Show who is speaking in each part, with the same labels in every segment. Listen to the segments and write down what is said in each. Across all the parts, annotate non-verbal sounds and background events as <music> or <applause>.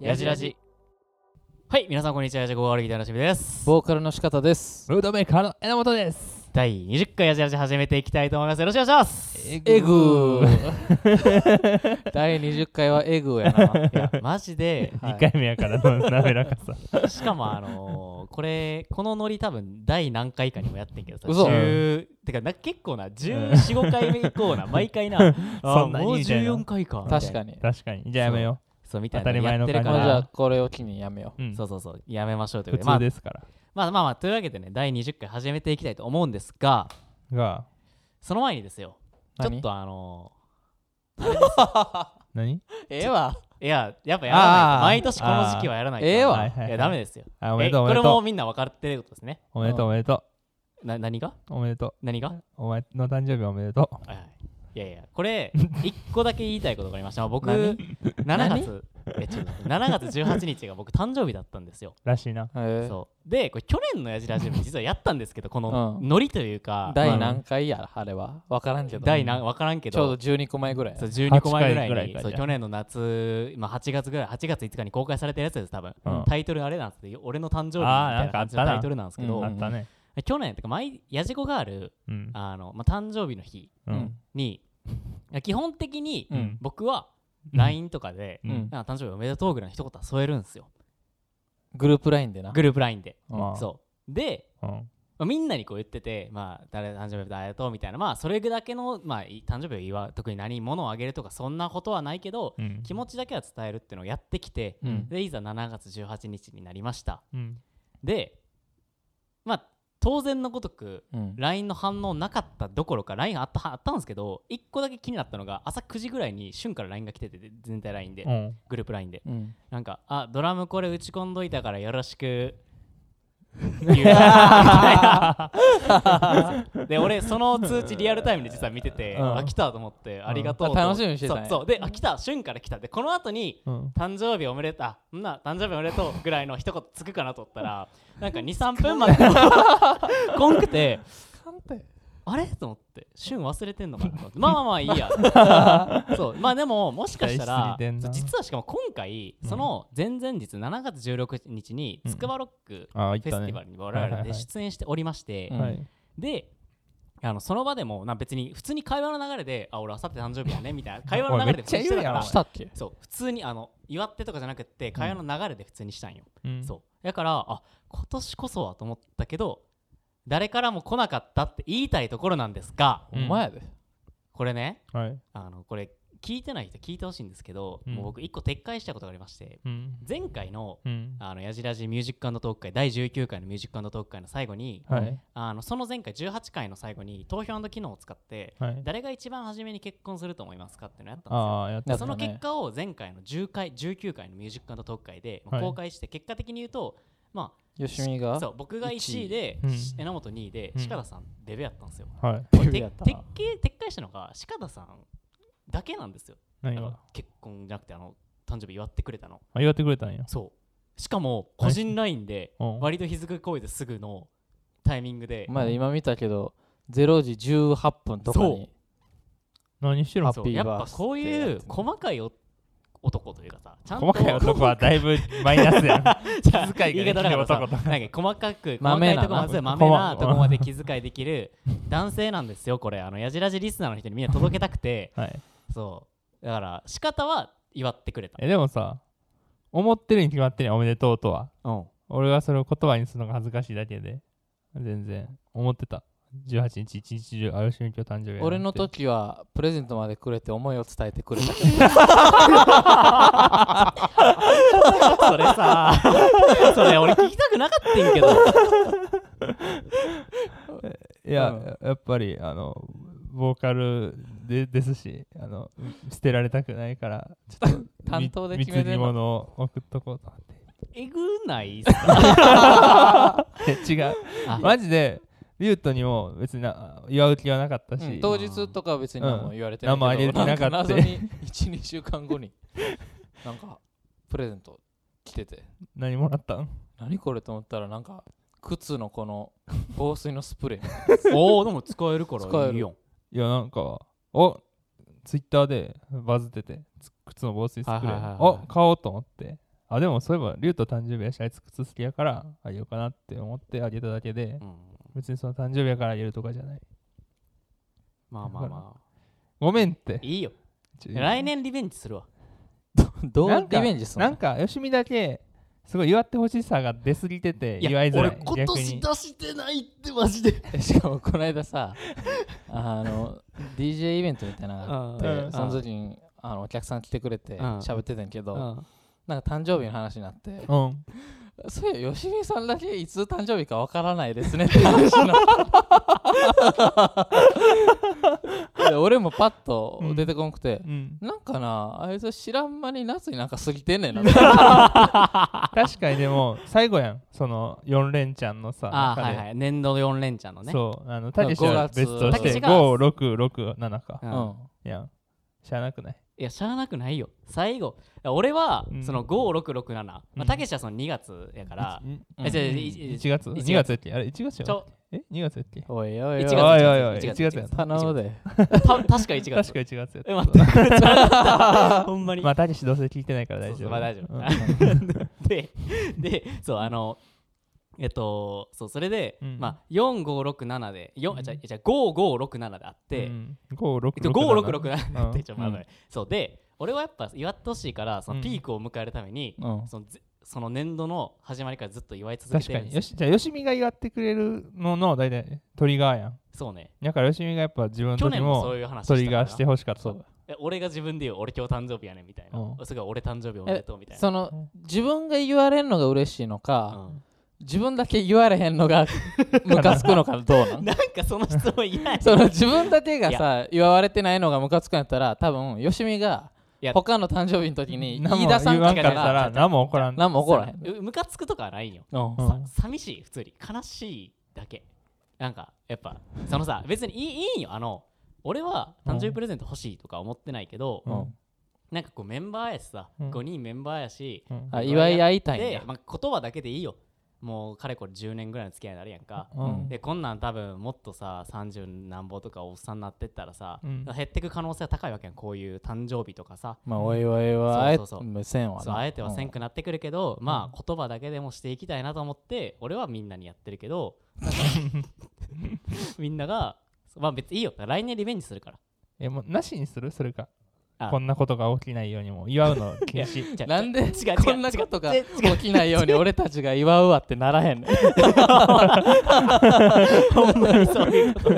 Speaker 1: やじラジ。はい、皆さんこんにちは。やじごわるき楽しみです。
Speaker 2: ボーカルの仕方です。
Speaker 3: ムードメーカーの榎本です。
Speaker 1: 第20回やじラジ始めていきたいと思います。よろしくお願いします。
Speaker 2: エグ <laughs> ー第20回はエグーやな。
Speaker 1: いや、マジで、
Speaker 2: はい
Speaker 3: 2回目やからの滑らか <laughs> さ。
Speaker 1: しかもあのーこれ、このノリ多分第何回かにもやってんけどさ、
Speaker 2: 嘘
Speaker 1: 10てかな結構な、14、5回目以降
Speaker 3: <laughs>
Speaker 1: な、毎回な、あ
Speaker 3: そんなに
Speaker 1: もう
Speaker 3: みたいな
Speaker 1: 14回か。
Speaker 2: 確か
Speaker 1: に。
Speaker 2: に。
Speaker 3: 確かに。じゃあやめよ
Speaker 1: そうみたいなのやってる
Speaker 3: 当たり前の
Speaker 1: か
Speaker 3: 感
Speaker 2: まあ、じゃあ
Speaker 1: ら、
Speaker 2: これを機にやめよ
Speaker 3: う。うん
Speaker 1: そうそうそう、やめましょうという
Speaker 3: 普
Speaker 1: ことで、まあ
Speaker 3: 通、ですから。
Speaker 1: まあまあまあ、というわけでね、第20回始めていきたいと思うんですが、
Speaker 3: が、
Speaker 1: その前にですよ、ちょ
Speaker 2: 何
Speaker 1: っとあのー
Speaker 3: 何
Speaker 2: う。ええわ。
Speaker 1: いや、やっぱやらない
Speaker 3: あー
Speaker 1: と。毎年この時期はやらないと。
Speaker 2: あーええわ
Speaker 3: はいはいはい
Speaker 1: いや、ダメですよ。
Speaker 3: あおめでとうお
Speaker 1: えこ
Speaker 3: めで
Speaker 1: れ
Speaker 3: と
Speaker 1: も
Speaker 3: う。
Speaker 1: みんな分かってることですね。
Speaker 3: おめでとう
Speaker 2: う
Speaker 3: おめでと
Speaker 1: な何が
Speaker 3: う。おめでとう。
Speaker 1: 何が、はい
Speaker 3: お前の誕生日おめでと
Speaker 1: はい、いやいや、こ
Speaker 3: <laughs>
Speaker 1: れ、一個だけ言いたいことがありました。僕、7
Speaker 2: 何
Speaker 1: 月、えちょっと待って7月18日が僕、誕生日だったんですよ。
Speaker 3: う。らしいな。
Speaker 2: えー
Speaker 1: そうで、これ、去年のやじラジオ実はやったんですけど、この
Speaker 2: うん
Speaker 1: ノリというか、
Speaker 2: 第何回や、あれは。わからんけど。
Speaker 1: 第何、分からんけ
Speaker 2: ちょうど
Speaker 1: ど、
Speaker 2: 12個前ぐらいや
Speaker 1: そう。12個前ぐら
Speaker 3: 8回ぐら
Speaker 1: い
Speaker 3: い
Speaker 1: に、
Speaker 3: か
Speaker 1: そう
Speaker 3: じゃあ
Speaker 1: 去年の夏、まあ、8月ぐらい、8月5日に公開されてるやつです、多分、
Speaker 3: うん
Speaker 1: タイトルあれなんですよ、俺の誕生日みたい
Speaker 3: あーな
Speaker 1: なん
Speaker 3: かあ
Speaker 1: 感
Speaker 3: っ
Speaker 1: じ
Speaker 3: た
Speaker 1: の
Speaker 3: な
Speaker 1: タイトルなんですけど、
Speaker 2: うん
Speaker 3: あったね。
Speaker 1: 去年とか毎やじこがある
Speaker 3: うん。
Speaker 1: あの、まあ、誕生日の日
Speaker 3: う
Speaker 2: うんん。
Speaker 3: <laughs>
Speaker 1: に基本的に
Speaker 2: うん
Speaker 1: 僕は LINE とかで、
Speaker 3: うん
Speaker 2: うん
Speaker 1: なんか誕生日おめでとうぐらいの一言は添えるんですよ
Speaker 2: グループラインでな。
Speaker 1: グループ LINE で
Speaker 2: うん
Speaker 3: まあ
Speaker 1: そうで、
Speaker 3: うん
Speaker 1: まあ、みんなにこう言ってて、まあ、誰誕生日ありがとうみたいなまあそれだけの、まあ、い誕生日を祝う特に何物をあげるとかそんなことはないけど
Speaker 3: うん
Speaker 1: 気持ちだけは伝えるっていうのをやってきて、
Speaker 2: うん
Speaker 1: でいざ7月18日になりました
Speaker 3: うん
Speaker 1: でまあ当然のごとく
Speaker 2: うん
Speaker 1: LINE の反応なかったどころか LINE あったあったんですけど1個だけ気になったのが朝9時ぐらいに旬から LINE が来てて全体 LINE で
Speaker 3: うん
Speaker 1: グループ LINE で
Speaker 2: うん。
Speaker 1: なんかあドラムこれ打ち込んどいたからよろ
Speaker 2: <laughs>
Speaker 1: しく言うみたいなで俺その通知リアルタイムで実は見てて、
Speaker 3: うん
Speaker 1: あ来たと思ってありがとうと、
Speaker 2: あ楽しみにしてたんや
Speaker 1: そうそうであ来た旬から来たでこの後に
Speaker 3: うん
Speaker 1: 誕生日おめでとうんな誕生日おめでとうぐらいの一言つくかなと思った
Speaker 3: <laughs>
Speaker 1: らなんか23分までこんくてあれと思って旬忘れてんのかなと思ってまあまあまあいい
Speaker 3: <laughs>
Speaker 1: やそうまあでももしかした
Speaker 3: 期待し
Speaker 1: ら
Speaker 3: すぎてんな
Speaker 1: 実はしかも今回その前々日7月16日に
Speaker 3: うん
Speaker 1: つくばロック
Speaker 3: ああ、
Speaker 1: フ
Speaker 3: 言
Speaker 1: ェステ
Speaker 3: った
Speaker 1: ィ
Speaker 3: ね
Speaker 1: バ。ルに我々
Speaker 3: はいはい
Speaker 1: で
Speaker 3: はい
Speaker 1: 出演しておりまして、
Speaker 2: うん
Speaker 3: はい。
Speaker 1: であのその場でもな別に普通に会話の流れで「あ俺あさって誕生日やね」みたいな会話の流れで
Speaker 3: おいめっちゃ言うやん
Speaker 1: 普通に
Speaker 2: し
Speaker 1: してたから
Speaker 2: たっけ
Speaker 1: そう普通にあの祝ってとかじゃなくって会話の流れで普通にしたんよ、
Speaker 3: うん
Speaker 1: そうだからあ今年こそはと思ったけど誰からも来なかったって言いたいところなんですが
Speaker 2: お前やで。
Speaker 1: これね
Speaker 3: はい。
Speaker 1: あのこれ聞いてない人聞いてほしいんですけど、
Speaker 3: うん
Speaker 1: もう僕一個撤回したことがありまして
Speaker 3: うん。
Speaker 1: 前回の
Speaker 3: うん。
Speaker 1: あのやじらじミュージックトーク会第19回のミュージックトーク会の最後に
Speaker 3: はい。
Speaker 1: あのその前回18回の最後に投票機能を使って
Speaker 3: はい。
Speaker 1: 誰が一番初めに結婚すると思いますかっていうのやったんですよ
Speaker 3: ああ、やっ
Speaker 2: や
Speaker 3: た
Speaker 2: っ
Speaker 1: そ
Speaker 2: た
Speaker 1: の
Speaker 2: ね
Speaker 1: 結果を前回の10回19回のミュージックトーク会で
Speaker 3: はい
Speaker 1: 公開して、結果的に言うと、ま
Speaker 2: よしみ
Speaker 1: あ、
Speaker 2: が
Speaker 1: そう僕が1位で、
Speaker 3: うん
Speaker 1: し榎本2位で、
Speaker 3: うん
Speaker 1: 鹿田さんデブやったんですよ。
Speaker 3: はい。
Speaker 1: こ
Speaker 2: デ
Speaker 1: れ
Speaker 2: ブ
Speaker 1: て
Speaker 2: やった
Speaker 1: 撤回撤回したのが鹿田さんだけなんですよ。
Speaker 3: 何
Speaker 1: あの
Speaker 3: が
Speaker 1: 結婚じゃなくてあの誕生日祝ってくれたの。
Speaker 3: あ、祝ってくれたんや。
Speaker 1: そうしかも個人 LINE で
Speaker 3: うん
Speaker 1: 割と日付超えてすぐのタイミングで
Speaker 2: お。前今見たけど、0時18分とかに。
Speaker 3: 何してるの
Speaker 2: ハ
Speaker 1: そ
Speaker 2: ッ
Speaker 1: う
Speaker 2: ピー
Speaker 1: やっ
Speaker 2: バ
Speaker 1: ぱ
Speaker 2: ースデー
Speaker 1: こういう細かいお男というかさ、ちゃんと
Speaker 3: 細かい男はだいぶマイナスや <laughs> ん。
Speaker 1: 気遣
Speaker 3: いができる
Speaker 1: 言い方だから
Speaker 3: 男と
Speaker 1: さなんか細かく細
Speaker 2: 豆
Speaker 1: かい
Speaker 2: な
Speaker 1: とこまで
Speaker 3: うん
Speaker 1: 豆な
Speaker 3: 細
Speaker 1: とこまで気遣いできる男性なんですよこれあのやじらじリスナーの人にみんな届けたくて
Speaker 3: はい。
Speaker 1: そうだから仕方は祝ってくれた
Speaker 3: え、でもさ、思ってるに決まってるやんおめでとうとは。
Speaker 1: うん
Speaker 3: 俺はそれを言葉にするのが恥ずかしいだけで、全然思ってた。18日、一日中、あよしみ今日誕生日やなって
Speaker 2: 俺の時はプレゼントまでくれて思いを伝えてくれた。
Speaker 1: それさそれ俺聞きたくなかったんけど
Speaker 3: いや、
Speaker 2: うん、
Speaker 3: やっぱり、あの、ボーカルでですし、あの、捨てられたくないから、ちょっ
Speaker 2: <laughs>
Speaker 3: と
Speaker 2: 担当で決めてんの
Speaker 3: み貢ぎ物を送っとこうと思っ
Speaker 1: <laughs> えぐないっす <laughs> か
Speaker 3: て。い <laughs> や違う。
Speaker 1: あ
Speaker 3: マジで、リュウトにも別にな祝う気はなかったし、
Speaker 2: うん当日とかは別に何も言われてないけど、
Speaker 3: うん何もあげれてなかった
Speaker 2: ん謎に12週間後 <laughs> になんかプレゼント来てて
Speaker 3: 何もらったん
Speaker 2: 何これと思ったらなんか靴のこの防水のスプレー
Speaker 1: おおでも使えるからいいよ
Speaker 3: いや、なんか、おツイッターでバズっててつ靴の防水スプレー、
Speaker 2: はいはいはいはい
Speaker 3: あ買おうと思ってあでもそういえばリュウと誕生日やしあいつ靴好きやからあげようかなって思ってあげただけで
Speaker 1: うん、
Speaker 3: 別にその誕生日やからあげるとかじゃない
Speaker 1: まあまあまあ
Speaker 3: ごめんって
Speaker 1: いいよ
Speaker 3: ちょ
Speaker 1: 来年リベンジするわ
Speaker 2: <laughs> どう
Speaker 3: なんか
Speaker 2: リベンジすん
Speaker 3: な
Speaker 2: の
Speaker 3: んかよしみだけすごい祝ってほしさが出すぎてて祝いづらい逆に
Speaker 1: してないってマジで
Speaker 2: えしかもこの間さあの DJ イベントみたいな <laughs> のがあって、
Speaker 1: うん
Speaker 2: その時にあのお客さん来てくれて
Speaker 1: うん
Speaker 2: 喋ってたんやけど、
Speaker 1: うん
Speaker 2: なんか誕生日の話になって、
Speaker 3: うん
Speaker 2: そういや吉見さんだけいつ誕生日かわからないですねって話 <laughs> になったで俺もパッと出てこんくて、
Speaker 3: うん、
Speaker 2: なんかなあいつ知らん間に夏になんか過ぎてんねんな
Speaker 3: 確かにでも最後やんその4連チャンのさ
Speaker 1: ああ
Speaker 3: 中
Speaker 1: は
Speaker 3: で
Speaker 1: いはい年度4連チャンのね
Speaker 3: そう、あの、たけしは別と
Speaker 2: 五月
Speaker 3: して、
Speaker 1: たけしが
Speaker 3: 5、6、6、7か
Speaker 1: う。
Speaker 2: うんん
Speaker 3: いや、しゃあなくない。
Speaker 1: いやしゃあなくないよ最後俺は
Speaker 3: うん
Speaker 1: その5667ま
Speaker 3: う
Speaker 1: あ
Speaker 3: ん
Speaker 1: たけしはその2月やから
Speaker 2: う
Speaker 3: 1
Speaker 2: ん
Speaker 1: えじゃあいい
Speaker 3: 月 ?2 月やっけあれ、1月
Speaker 1: ち
Speaker 3: やん
Speaker 1: ょ
Speaker 3: え ?2 月やっけ
Speaker 2: おいおいおい
Speaker 1: 1
Speaker 3: おい
Speaker 1: 月
Speaker 3: おいおい、1
Speaker 1: 1
Speaker 3: 月
Speaker 1: 月
Speaker 3: やった。
Speaker 2: 頼むで
Speaker 1: た確か1月
Speaker 3: 確か1月やった。
Speaker 1: え全く違ったほんまに
Speaker 3: まあ、たけしどうせ聞いてないから大
Speaker 1: そうそ
Speaker 3: 丈
Speaker 1: う
Speaker 3: 夫。
Speaker 1: まあ大丈夫、
Speaker 3: うん
Speaker 1: ででそうあのえっとそうそれで、
Speaker 3: うん
Speaker 1: まあ4567でよ、
Speaker 3: う
Speaker 1: あ
Speaker 3: ん
Speaker 1: じゃあじゃあ5567であって、
Speaker 3: うん5、6、
Speaker 1: えっと
Speaker 3: 6。
Speaker 1: 5667ってちょっとまあまあ
Speaker 3: うん
Speaker 1: そうで俺はやっぱ祝ってほしいからその
Speaker 3: うん
Speaker 1: ピークを迎えるために、
Speaker 2: うん
Speaker 1: そのぜその年度の始まりからずっと祝い続け
Speaker 3: 確
Speaker 1: て
Speaker 3: か
Speaker 1: るんで
Speaker 3: に。
Speaker 1: す
Speaker 3: よ
Speaker 1: よ
Speaker 3: し、じゃあ、よしみが祝ってくれるのの、大体トリガーやん。
Speaker 1: そうね
Speaker 3: だから、よしみがやっぱ自分の
Speaker 1: 去
Speaker 3: 時
Speaker 1: 年もそう
Speaker 3: も
Speaker 1: いう話
Speaker 3: ト
Speaker 1: し
Speaker 3: リ
Speaker 1: たから
Speaker 3: ガーしてほしかった。
Speaker 2: そう
Speaker 1: え俺が自分で言う俺今日誕生日やねみたいな、
Speaker 3: う
Speaker 1: すごい俺誕生日おめでとうみたいな
Speaker 2: その自分が言われんのが嬉しいのか、
Speaker 1: うん
Speaker 2: 自分だけ言われへんの <laughs> がムカつくのかどうなん
Speaker 1: なんかその質問嫌
Speaker 3: <laughs>
Speaker 1: や
Speaker 2: その自分だけがさ言われてないのがムカつくんやったら多分よしみが
Speaker 1: いや
Speaker 2: 他の誕生日の時に
Speaker 3: 何
Speaker 2: 飯
Speaker 3: も
Speaker 2: 田さん
Speaker 3: 言
Speaker 2: か
Speaker 3: わん
Speaker 2: ら
Speaker 3: かっ
Speaker 2: が
Speaker 3: たら、何も起こらん。
Speaker 2: 何も怒らへん、
Speaker 1: うムカつくとかはないんよ
Speaker 2: うん
Speaker 3: うん
Speaker 1: さ寂しい普通に悲しいだけなんかやっぱそのさ別にいいいいんよあの俺は誕生日プレゼント欲しいとか思ってないけど、
Speaker 3: うん
Speaker 1: なんかこうメンバーやしさ、
Speaker 3: うん
Speaker 1: 5人メンバーやし、
Speaker 3: うん
Speaker 2: あ祝い合いたいん
Speaker 1: で
Speaker 2: や、
Speaker 1: まあ、言葉だけでいいよもうかれこれ10年ぐらいの付き合いになるやんか、
Speaker 3: うん
Speaker 1: でこんなん多分もっとさ30何ぼとかおっさんになってったらさ、
Speaker 3: うん
Speaker 1: 減ってく可能性は高いわけやんこういう誕生日とかさ
Speaker 2: まあおいおいはあえ
Speaker 1: そうそうそう
Speaker 2: 無線は
Speaker 1: そう
Speaker 2: な
Speaker 1: あえてはせんくなってくるけど、まあ言葉だけでもしていきたいなと思って俺はみんなにやってる
Speaker 2: <laughs>
Speaker 1: けどなんかみんながまあ別にいいよ来年リベンジするから
Speaker 3: え、もうなしにするそれか
Speaker 1: あ。
Speaker 3: こんなことが起きないようにも祝
Speaker 1: <laughs>
Speaker 3: うの禁止。
Speaker 1: じゃあ
Speaker 2: なんで
Speaker 1: 違う違う
Speaker 2: こんなことが
Speaker 1: 違う
Speaker 2: 起きないように俺たちが祝うわってならへん <laughs> ねん
Speaker 1: <laughs> ほんまにそういう
Speaker 2: <laughs>
Speaker 1: こと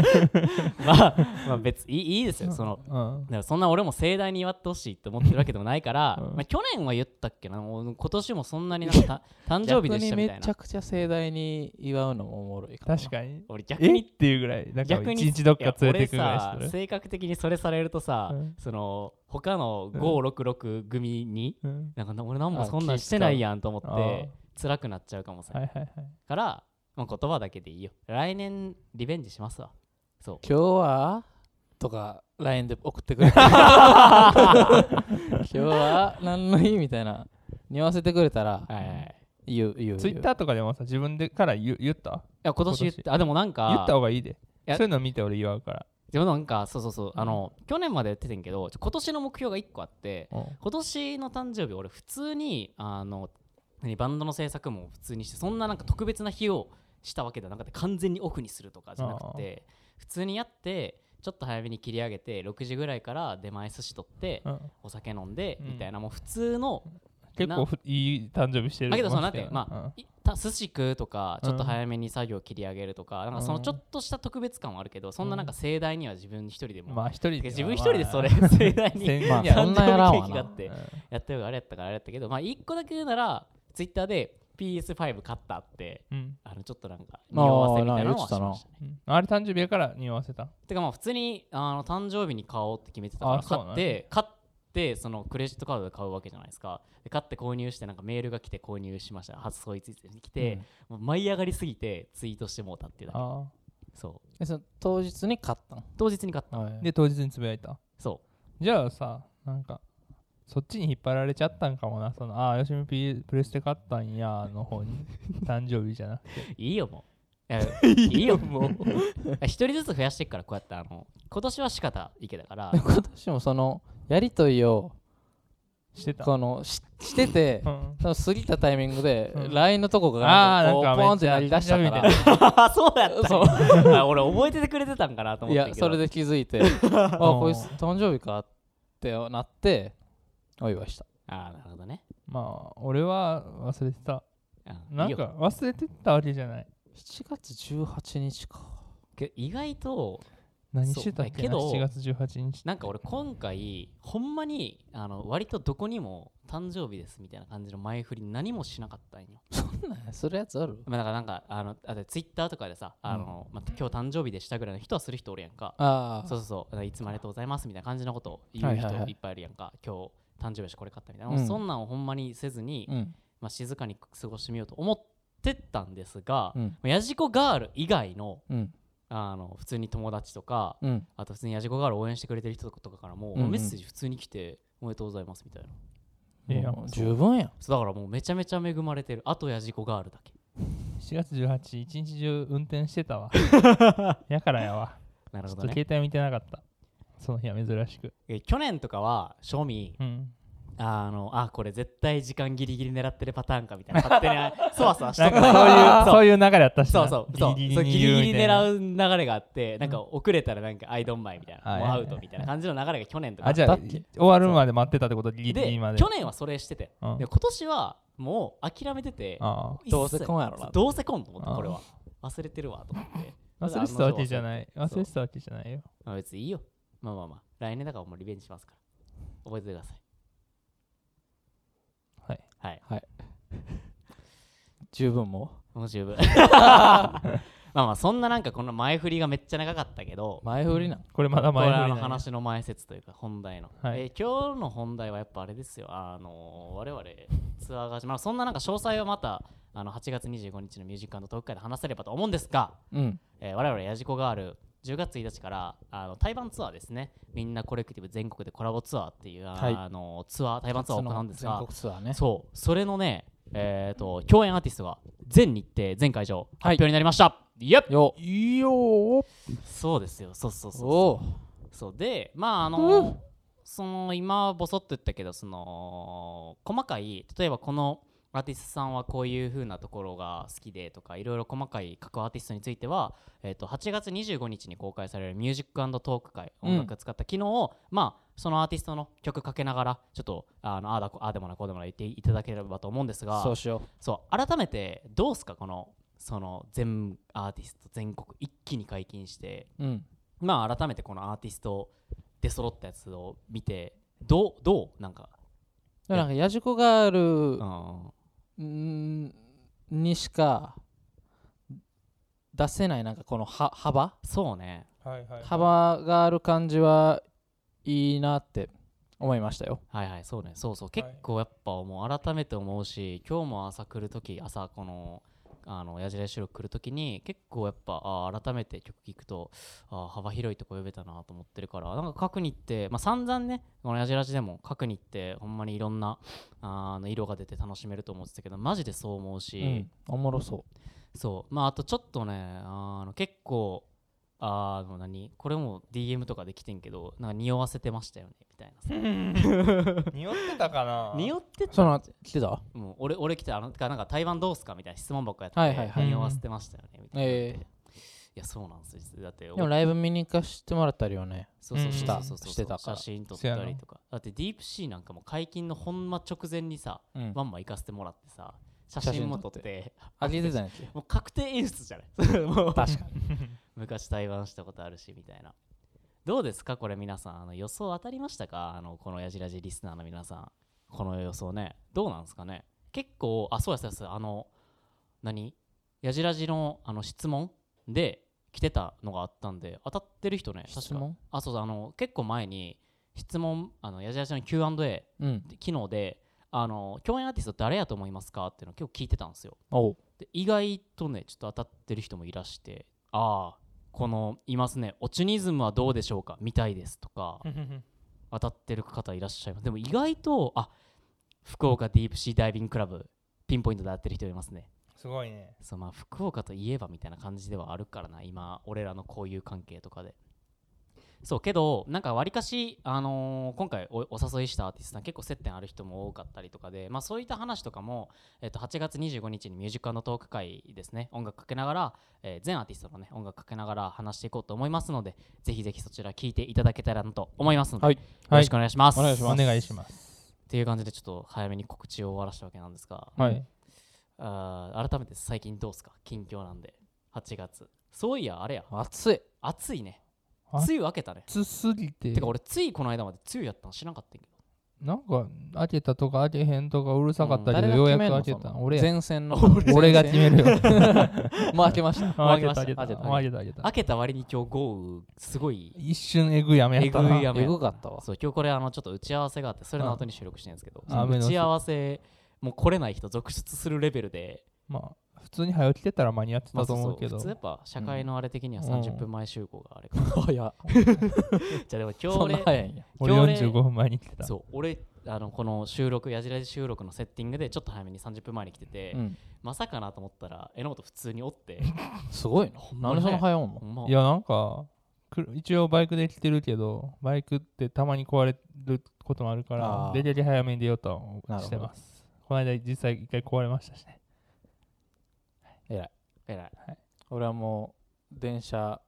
Speaker 1: まあまあ別にいいいいですよその
Speaker 3: うん
Speaker 1: だからそんな俺も盛大に祝ってほしいって思ってるわけでもないから、
Speaker 3: <laughs> うん
Speaker 1: まあ去年は言ったっけなもう今年もそんなになんかた誕生日でし
Speaker 2: 逆に
Speaker 1: たみた
Speaker 2: め
Speaker 1: い
Speaker 2: ちゃ
Speaker 1: な
Speaker 2: くちゃ盛大に祝うのもおもろいからな
Speaker 3: 確かに。
Speaker 1: 俺逆
Speaker 3: え
Speaker 1: に
Speaker 3: っていうぐらい、なんか
Speaker 1: 逆
Speaker 3: 一
Speaker 1: に
Speaker 3: 日どっ
Speaker 1: いや
Speaker 3: か連れてくぐらい
Speaker 1: 俺さ
Speaker 3: する。
Speaker 1: 性格的にそれされるとさ、
Speaker 3: うん
Speaker 1: その他の
Speaker 3: うん
Speaker 1: 566組に、
Speaker 3: うん
Speaker 1: なんか俺何も
Speaker 2: あ
Speaker 1: そんなんしてないやんと思
Speaker 3: 気遣
Speaker 1: っ
Speaker 3: う
Speaker 1: て辛くなっちゃうかもさ、
Speaker 3: はいはいはい。
Speaker 1: から、まあ、言葉だけでいいよ来年リベンジしますわそう
Speaker 2: 今日はとか LINE で送ってくれ <laughs> た今日は何の日みたいなに合わせてくれたら
Speaker 1: はいはいはい
Speaker 2: 言う言う
Speaker 3: ツイッターとかでもさ、自分でから言う言った
Speaker 1: いや今年言ってあでもなん
Speaker 3: 言
Speaker 1: か
Speaker 3: った方がいいで。
Speaker 1: や
Speaker 3: そういうの見て俺祝うから。
Speaker 1: でもなんかそうそうそうあの去年までやっててんけどちょ今年の目標が1個あって
Speaker 3: うん
Speaker 1: 今年の誕生日俺普通にあの何バンドの制作も普通にしてそんななんか特別な日をしたわけじゃなくて完全にオフにするとかじゃなくて普通にやってちょっと早めに切り上げて6時ぐらいから出前寿司取って
Speaker 3: うん
Speaker 1: お酒飲んで
Speaker 3: うん
Speaker 1: みたいなもう普通の
Speaker 3: 結構ふいい誕生日してる。
Speaker 1: だけどそのなん
Speaker 3: もして
Speaker 1: いう
Speaker 3: か
Speaker 1: のまあいた寿司食うとかちょっと早めに作業切り上げるとかなんかそのちょっとした特別感はあるけどそんななんか盛大には自分一人で
Speaker 3: うん
Speaker 1: も
Speaker 3: まあ一人で。
Speaker 1: 自分一人でそれ
Speaker 3: ま
Speaker 1: 盛大
Speaker 3: あ
Speaker 1: に <laughs>
Speaker 3: 全
Speaker 2: まあ
Speaker 3: 然や
Speaker 2: そ
Speaker 3: ん
Speaker 2: ん
Speaker 3: な
Speaker 2: なやらんわ
Speaker 1: 誕生日ケーキがあ
Speaker 2: な
Speaker 1: って
Speaker 3: うん
Speaker 1: やったよがあれやったからあれやったけどまあ一個だけ言うならツイッターで PS5 買ったって
Speaker 3: うん
Speaker 1: あのちょっとなんか
Speaker 2: ま
Speaker 1: 匂
Speaker 2: あ
Speaker 1: わせみたいなのはし
Speaker 2: なん
Speaker 1: ま
Speaker 2: か言っ
Speaker 1: してたね
Speaker 3: うんあれ誕生日やから匂わせた。
Speaker 1: てかまあ普通にあの誕生日に買おうって決めてたか
Speaker 3: あ
Speaker 1: ら
Speaker 3: そう
Speaker 1: 買
Speaker 3: な
Speaker 1: っ
Speaker 3: んや
Speaker 1: て買ってそのクレジットカードで買うわけじゃないですかで買って購入してなんかメールが来て購入しました発送いついてきて、もう舞い上がりすぎてツイートしてもうたっていうだ
Speaker 3: あ
Speaker 1: けそう
Speaker 2: えその当日に買ったの
Speaker 1: 当日に買った
Speaker 3: あで、当日につぶやいた。
Speaker 1: そ
Speaker 3: じゃあさ、なんか、そっちに引っ張られちゃったんかもな。その、ああ、よしみ P プレステ買ったんやの方に、誕生日じゃなくて。
Speaker 1: ういいよもやいいよ <laughs> もう一人ずつ増やしていくからこうやってあの今年は仕方池だから
Speaker 2: 今年もそのやりとりを
Speaker 3: してた。
Speaker 2: このししてて
Speaker 3: うん
Speaker 2: 多分過ぎたタイミングで
Speaker 3: うん
Speaker 2: LINE のとこが
Speaker 3: あ
Speaker 2: な
Speaker 3: ー
Speaker 2: んかこう
Speaker 3: なんか
Speaker 2: ポーンってなりだしたから
Speaker 1: あそうやった
Speaker 2: そ
Speaker 1: <laughs> あ俺覚えててくれてたんかなと
Speaker 2: い
Speaker 1: 思って
Speaker 2: や
Speaker 1: んけど
Speaker 2: それで気づい <laughs> てあこいつ誕生日かってなってお祝いした
Speaker 1: あなるほどね
Speaker 3: まあ、俺は忘れてた。
Speaker 1: あ
Speaker 3: ない
Speaker 1: い
Speaker 3: ん
Speaker 1: よ
Speaker 3: か忘れてたわけじゃない。
Speaker 2: 7月18日か
Speaker 1: け意外と
Speaker 3: 何してたっ
Speaker 1: そう
Speaker 3: け
Speaker 1: け
Speaker 3: な
Speaker 1: ど
Speaker 3: ?7 月18日。
Speaker 1: なんか俺今回ほんまにあの割とどこにも誕生日ですみたいな感じの前振り何もしなかったんよ
Speaker 2: するやつある
Speaker 1: まあだからなんかあのあとツイッターとかでさあの、まあ、今日誕生日でしたぐらいの人はする人おるやんか
Speaker 2: あ
Speaker 1: そうそうそうだからいつもありがとうございますみたいな感じのことを言う人
Speaker 2: はいはいはい
Speaker 1: いっぱいいるやんか、今日誕生日やしこれ買ったみたいな、
Speaker 2: うん
Speaker 1: そんなんをほんまにせずに、
Speaker 2: あうん
Speaker 1: まあ、静かに過ごしてみようと思ってったんですが、
Speaker 2: うん
Speaker 1: やじこガール以外の
Speaker 2: うん
Speaker 1: あの普通に友達とか
Speaker 2: うん
Speaker 1: あと普通にやじこガール応援してくれてる人とかからも、
Speaker 2: うんうん
Speaker 1: メッセージ普通に来ておめでとうございますみたいな
Speaker 3: ええやん
Speaker 2: もう十分やん
Speaker 1: そうだからもうめちゃめちゃ恵まれてるあとやじこガールだけ
Speaker 3: 7月18日、一日中運転して
Speaker 1: <laughs>
Speaker 3: たわ。やからやわ。
Speaker 1: なる
Speaker 3: ちょ
Speaker 1: ほ
Speaker 3: っと
Speaker 1: どね
Speaker 3: 携帯見てなかった。その日は珍しく。
Speaker 1: え去年とかは正味
Speaker 3: うん。
Speaker 1: あのあこれ絶対時間ギリギリ狙ってるパターンかみたいな勝手に <laughs> そわそわした
Speaker 3: な
Speaker 1: く
Speaker 3: んか
Speaker 1: ない
Speaker 3: そういう、
Speaker 1: <laughs> そう
Speaker 3: そういう流れやったし
Speaker 1: そ
Speaker 3: な。
Speaker 1: うそうそうギリギリギリ
Speaker 3: う。
Speaker 1: 狙う流れがあってなんか遅れたらなんかアイドンマイみたいな
Speaker 3: はい
Speaker 1: もうアウトみたいな感じの流れが去年とか
Speaker 3: あ、じゃ
Speaker 2: だ
Speaker 3: あ、
Speaker 2: っ
Speaker 3: 終わるまで待ってたってこと、ギリギ
Speaker 1: で
Speaker 3: リまで。
Speaker 1: 去年はそれしてて、
Speaker 3: うん
Speaker 1: で今年はもう諦めてて
Speaker 3: あ
Speaker 1: 一切
Speaker 2: どうせこんやろな
Speaker 1: どうせこんと思って
Speaker 3: あー
Speaker 1: これは忘れてるわと思って <laughs>
Speaker 3: あ。忘れてたわけじゃ
Speaker 1: い
Speaker 3: ない。
Speaker 1: 案の定忘
Speaker 3: 忘
Speaker 1: れ
Speaker 3: れ
Speaker 1: て
Speaker 3: てたわけじゃないよ。
Speaker 1: まあ別にいいよまあまあまあ来年だからもうリベンジしますから覚えててください
Speaker 3: はい
Speaker 1: はい
Speaker 2: 十分も
Speaker 1: もう十
Speaker 3: <laughs>
Speaker 1: 分まあまあそんななんかこの前振りがめっちゃ長かったけど
Speaker 2: う前振りなん
Speaker 3: これまだ
Speaker 1: こ
Speaker 3: 前
Speaker 1: れ
Speaker 3: 振
Speaker 1: あ
Speaker 3: り
Speaker 1: の
Speaker 3: なんや
Speaker 1: 話の前説というか本題の、
Speaker 3: はい
Speaker 1: えー今日の本題はやっぱあれですよあの我々ツアーが始まるそんななんか詳細はまたあの8月25日のミュージックトーク会で話せればと思うんですが、
Speaker 2: うん
Speaker 1: えー我々やじこがある10月1日からあの台湾ツアーですねみんなコレクティブ全国でコラボツアーっていうあ、
Speaker 2: はい
Speaker 1: あのツアー台湾ツアーを行うんです
Speaker 2: 全
Speaker 1: が
Speaker 2: 国ツアーね
Speaker 1: そうそれのねえっ、と共演アーティストが全日程全会場発
Speaker 2: はい
Speaker 1: 表になりました、い、や
Speaker 2: よいいよお
Speaker 1: そうですよそうそうそう
Speaker 2: お
Speaker 1: そうでまああの、その今ボソッと言ったけどその細かい例えばこのアーティストさんはこういう風なところが好きでとかいろいろ細かい各アーティストについては、えー、と8月25日に公開されるミュージックトーク会
Speaker 2: うん
Speaker 1: 音楽を使った機能を、まあそのアーティストの曲かけながらちょっとあのあーだこあーでもなこうでもない言っていただければと思うんですが
Speaker 2: そうしよ
Speaker 1: そう改めてどうすかこのその全アーティスト全国一気に解禁して
Speaker 2: ううん
Speaker 1: まあ改めてこのアーティストで揃ったやつを見てどうどうなんか、
Speaker 2: でもなんかやじこガール
Speaker 1: うん、
Speaker 2: んにしか出せないなんかこのは幅
Speaker 1: そうね
Speaker 3: はいはい
Speaker 2: 幅がある感じはいいなって思いましたよ
Speaker 1: はいはいそうねそうそう
Speaker 3: はい
Speaker 1: 結構やっぱもう改めて思うし今日も朝来る時朝このあの矢印収録来る時に結構やっぱあー改めて曲聴くとあー幅広いとこ呼べたなと思ってるからなんか各にって、まあ、散々ねこの矢印でも各にってほんまにいろんなあーあの色が出て楽しめると思ってたけどマジでそう思うし、
Speaker 2: うんおもろそ
Speaker 1: そうまああとちょっとねあの結構あの何これも DM とかで来てんけどなんか匂わせてましたよねみたいなさ
Speaker 3: <laughs> 匂ってた
Speaker 2: <laughs>
Speaker 3: かな
Speaker 1: 匂って
Speaker 2: うその来てた
Speaker 1: もう俺俺来てあのてかなんか台湾どうすかみたいな質問ばっかやって、
Speaker 2: はいはいはい
Speaker 1: 匂わせてましたよねみたいな、
Speaker 2: ええ
Speaker 1: いやそうなんですよ実はだって
Speaker 2: でもライブ見に行かしてもらったりよね
Speaker 1: そうそう
Speaker 3: うん
Speaker 1: そうそうそう
Speaker 2: してたから
Speaker 1: 写真撮ったりとかだってディープシーなんかも解禁のほんま直前にさ、
Speaker 2: うん
Speaker 1: まんま行かせてもらってさ写
Speaker 2: 写
Speaker 1: 真
Speaker 2: 真
Speaker 1: も
Speaker 2: 撮
Speaker 1: 撮
Speaker 2: って
Speaker 1: って
Speaker 2: あげてたんやつ
Speaker 1: もう確定演出じゃない <laughs> もう
Speaker 2: 確かに
Speaker 1: 昔対バンしたことあるしみたいなどうですかこれ皆さんあの予想当たりましたかあのこのやじらじリスナーの皆さんこの予想ねどうなんですかね結構あそうやそうやそうやあの何やじらじのあの質問で来てたのがあったんで当たってる人ね確か
Speaker 2: 質問
Speaker 1: あそうそうあの結構前に質問あのやじらじの Q&A
Speaker 2: うん
Speaker 1: 機能であの共演アーティスト誰やと思いますかっていうのを今日聞いてたんですよ
Speaker 2: おう
Speaker 1: で意外とねちょっと当たってる人もいらしてああこのいますねオチュニズムはどうでしょうかみたいですとか当たってる方いらっしゃいますでも意 <laughs> 外とあ福岡ディープシーダイビングクラブピンポイントで当たってる人いますね
Speaker 3: すごいね。
Speaker 1: そうまあ福岡といえばみたいな感じではあるからな今俺らの交友関係とかでそうけどなんかわりかし、あのー今回おお誘いしたアーティストさん結構接点ある人も多かったりとかで、まあ、そういった話とかも、えっと8月25日にミュージックトーク会ですね音楽かけながら、えー全アーティストのね音楽かけながら話していこうと思いますのでぜひぜひそちら聞いていただけたらなと思いますので、
Speaker 2: はい
Speaker 1: よろしくお願いします。
Speaker 2: お願いします
Speaker 3: お願いします。
Speaker 1: っていう感じでちょっと早めに告知を終わらしたわけなんですが、
Speaker 2: はい。
Speaker 1: あー改めて最近どうですか近況なんで8月そういやあれや
Speaker 2: 暑い。
Speaker 1: 暑いね
Speaker 3: あ
Speaker 1: 梅雨明けたね
Speaker 3: つすぎて
Speaker 1: てか俺ついこの間まで梅雨やったの知らんかったんやけ
Speaker 3: なんか開けたとか開けへんとかうるさかったけど、
Speaker 2: 誰
Speaker 3: よ
Speaker 2: が
Speaker 3: うや
Speaker 2: 決め
Speaker 3: く
Speaker 2: んの
Speaker 3: 開け
Speaker 2: そ
Speaker 3: た
Speaker 2: の
Speaker 3: 俺や
Speaker 2: 前線 <laughs> の。
Speaker 3: 俺が決めるよ
Speaker 2: もう開けました。
Speaker 3: <laughs> 開けた開
Speaker 2: 開
Speaker 3: け
Speaker 2: け
Speaker 3: た
Speaker 2: た。開
Speaker 3: 開けた開け
Speaker 1: ど
Speaker 3: た
Speaker 1: 明けた割に今日豪雨すごい
Speaker 3: 一瞬えぐい雨や
Speaker 1: え
Speaker 3: った
Speaker 1: ぐい
Speaker 3: な
Speaker 1: 雨
Speaker 2: え
Speaker 1: や
Speaker 2: ぐかったわ。
Speaker 1: そう今日これあのちょっと打ち合わせがあってそれの後に収録してるんですけど、
Speaker 3: うん雨
Speaker 1: 打
Speaker 3: の日
Speaker 1: ち合わせもう来れない人続出するレベルで、
Speaker 3: まあ普通に早起きてたら間に合って
Speaker 1: まあ、
Speaker 3: たと
Speaker 1: そう
Speaker 3: 思
Speaker 1: そう
Speaker 3: うけど
Speaker 1: 普通やっぱ社会のあれ的には
Speaker 3: うん
Speaker 1: 30分前集合があれか、ら
Speaker 2: 早
Speaker 1: じゃあでも今日
Speaker 2: そんな
Speaker 1: 俺
Speaker 2: 早いんや。
Speaker 3: 俺
Speaker 1: 今日ね
Speaker 3: 45分前に来てた
Speaker 1: そう俺あのこの収録やじらじ収録のセッティングでちょっと早めに30分前に来てて、
Speaker 2: うん。
Speaker 1: まさかなと思ったら榎本普通におって
Speaker 2: すごいな。
Speaker 1: ほんま
Speaker 2: なんで
Speaker 1: に
Speaker 2: そんな
Speaker 1: ね
Speaker 2: 早おんの
Speaker 1: ほんま
Speaker 3: いやなんかく一応バイクで来てるけどバイクってたまに壊れることもあるか
Speaker 2: あ
Speaker 3: ら
Speaker 2: ー
Speaker 3: できるだけ早めに出ようと
Speaker 2: な
Speaker 3: は
Speaker 2: るほど
Speaker 3: してますこの間実際一回壊れましたしね
Speaker 1: えらい
Speaker 2: 俺はもう電車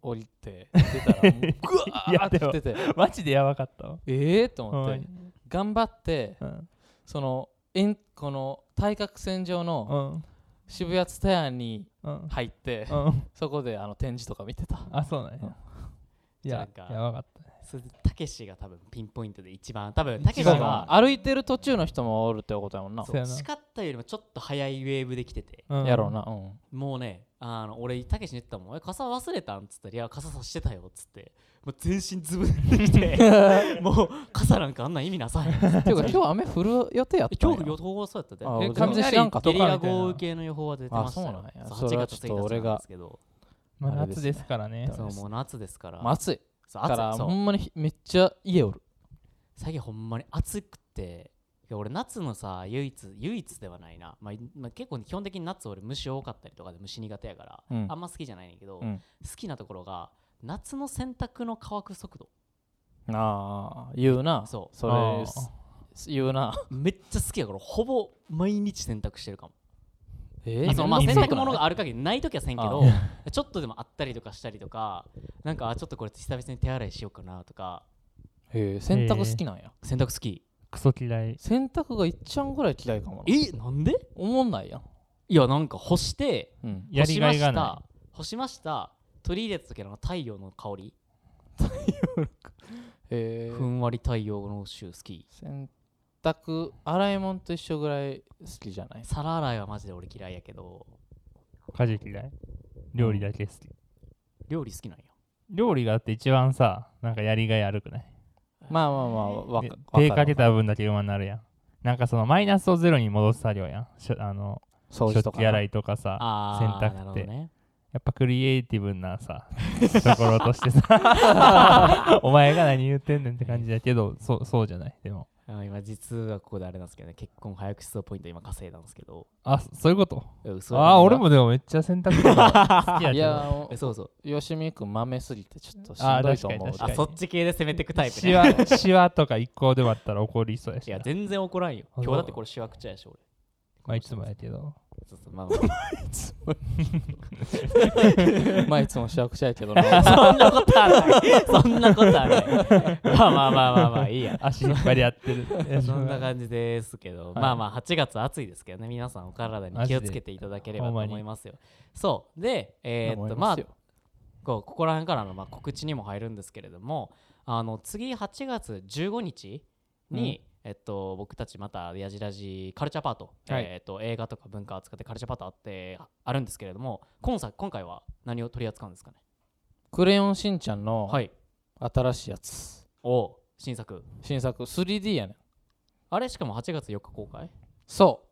Speaker 2: 降りて出たらもうグワーって来てて
Speaker 3: マジでやばかったわ
Speaker 2: ええと思
Speaker 3: ほんま
Speaker 2: って
Speaker 3: に
Speaker 2: 頑張って
Speaker 3: うん
Speaker 2: その円この対角線上
Speaker 3: う
Speaker 2: の
Speaker 3: ん
Speaker 2: 渋谷ツタヤに
Speaker 3: うん
Speaker 2: 入って
Speaker 3: うん
Speaker 2: そこであの展示とか見てた
Speaker 3: あそうなんやい
Speaker 1: じゃあ
Speaker 3: や
Speaker 1: なんか
Speaker 3: やばかった
Speaker 1: それでたけしが多分ピンポイントで一番多分
Speaker 3: 一番
Speaker 1: たけしが
Speaker 2: 歩いてる途中の人もおるってことやもんな
Speaker 3: そうやな
Speaker 1: 叱ったよりもちょっと早いウェーブで来てて
Speaker 3: うん
Speaker 2: やろうなうん
Speaker 1: もうねあの俺たけしに言ったもん「え傘忘れたん?」っつったら「いや傘さしてたよ」っつってもう全身ずぶ濡れてきてもう傘なんかあんな意味なさい
Speaker 2: ていうか今日雨降る予定やっ
Speaker 1: え
Speaker 2: たん
Speaker 1: 今
Speaker 2: や
Speaker 1: 日予報はそうやったで
Speaker 2: あ
Speaker 3: え
Speaker 2: 俺
Speaker 3: 完
Speaker 2: 全
Speaker 3: 全
Speaker 2: 然
Speaker 3: に
Speaker 2: 知らんかっ
Speaker 1: ゲ
Speaker 2: た
Speaker 1: リラ豪雨系の予報は出て
Speaker 2: あ
Speaker 1: ましたよ
Speaker 2: そうなんや
Speaker 1: そう
Speaker 2: それ
Speaker 1: 8
Speaker 2: は
Speaker 1: 月
Speaker 2: ちょっと
Speaker 1: 1日
Speaker 2: 俺が
Speaker 1: なんですけど
Speaker 3: まあ
Speaker 2: あれです
Speaker 3: 夏
Speaker 2: ね
Speaker 3: ですからね
Speaker 2: だ
Speaker 1: そうもう夏ですから
Speaker 2: まあ暑い
Speaker 1: そう
Speaker 2: だ
Speaker 1: 暑い
Speaker 2: から
Speaker 1: そう
Speaker 2: ほんまにひめっちゃ家おる
Speaker 1: 最近ほんまに暑くていや俺夏のさ唯一唯一ではないな、まあいまあ、結構基本的に夏俺虫多かったりとかで虫苦手やから、
Speaker 2: うん
Speaker 1: あんま好きじゃないねんけど、
Speaker 2: うん
Speaker 1: 好きなところが夏の洗濯の乾く速度
Speaker 2: ああ言うな
Speaker 1: そ
Speaker 2: そ
Speaker 3: あ
Speaker 2: れ
Speaker 3: ー
Speaker 2: す言うな
Speaker 1: めっちゃ好きやからほぼ毎日洗濯してるかも、
Speaker 2: え
Speaker 1: あそのまあ、
Speaker 2: そん
Speaker 1: 洗
Speaker 2: なこ
Speaker 1: 濯
Speaker 2: とない
Speaker 1: 物がある限りない時はせんけどちょっとでもあったりとかしたりとかなんかあちょっとこれ久々に手洗いしようかなとか
Speaker 2: へえ洗濯好きなんや
Speaker 1: 洗濯好き
Speaker 3: クソ嫌い
Speaker 2: 洗濯がいっちゃんぐらい嫌いかもな
Speaker 1: えなんで
Speaker 2: おもんないやん
Speaker 1: いやなんか干して
Speaker 2: うん
Speaker 3: やりがい
Speaker 1: 干し
Speaker 3: が
Speaker 1: ま
Speaker 3: な
Speaker 1: した干しました取り入れた時のあの太陽の香り、
Speaker 2: へえ
Speaker 1: ふんわり太陽の臭好き
Speaker 2: 洗濯洗い物と一緒ぐらい好きじゃない
Speaker 1: 皿洗いはマジで俺嫌いやけど
Speaker 3: い家事嫌い料理だけ好き
Speaker 1: 料理好きなんや
Speaker 3: 料理があって一番さなんかやりがいあるくない
Speaker 2: まあまあまあわか
Speaker 3: で
Speaker 2: わ
Speaker 3: 手
Speaker 2: か
Speaker 3: かけ
Speaker 2: る
Speaker 3: た分だけ馬になるやんなんかそのマイナスをゼロに戻す作業やんしょあの
Speaker 2: 掃除
Speaker 3: 食
Speaker 2: とか
Speaker 3: 器洗
Speaker 2: ない
Speaker 3: とかさ
Speaker 1: あー
Speaker 3: 洗濯って
Speaker 1: なるほどね
Speaker 3: やっぱクリエイティブな
Speaker 2: <laughs>
Speaker 3: さところとしてさお前が何言ってんねんって感じだけどそうそうじゃないでも
Speaker 1: あの今実はここであれなんですけどね結婚早くしそうポイント今稼いだんですけど
Speaker 3: あそういうこと
Speaker 1: え嘘
Speaker 3: ああー俺もでもめっちゃ洗濯とか好きや
Speaker 2: い
Speaker 3: けど
Speaker 2: やお
Speaker 1: えそうそう
Speaker 2: 吉見君豆すぎてちょっとし
Speaker 3: あ
Speaker 2: んどいと思う
Speaker 3: 確か
Speaker 1: あ
Speaker 3: に
Speaker 1: そっち系で攻めてくタイプ
Speaker 3: シ
Speaker 1: ね
Speaker 3: ワシワとか一個で割ったら怒りそうや
Speaker 1: い
Speaker 3: しな
Speaker 1: や全然怒らんよ
Speaker 3: あそう
Speaker 1: 今日だってこれしわくちゃやし俺
Speaker 3: まあいつもやけど
Speaker 1: そうそうまあま
Speaker 3: <laughs>
Speaker 1: あ
Speaker 2: <laughs> まあいつも主役者やけど
Speaker 1: <laughs>
Speaker 2: な
Speaker 1: そんなことはないそんなことはないまあまあまあまあまあいいや
Speaker 3: 足引っ張り合ってる
Speaker 1: そんな感じですけど、
Speaker 3: い
Speaker 1: まあまあ8月暑いですけどね皆さんお体に気をつけていただければと
Speaker 3: マジで
Speaker 1: 思いますよ。そうで、えーっとまあこうここら辺からのまあ告知にも入るんですけれどもあの次8月15日に、えっと、僕たちまたやじらじカルチャーパート、
Speaker 3: はい
Speaker 1: えーっと映画とか文化を扱ってカルチャーパートあってああるんですけれども今作今回は何を取り扱うんですかね
Speaker 2: クレヨンしんちゃんの
Speaker 1: はい
Speaker 2: 新しいやつ
Speaker 1: お新作
Speaker 2: 新作 3D やねん
Speaker 1: あれしかも8月4日公開
Speaker 2: そ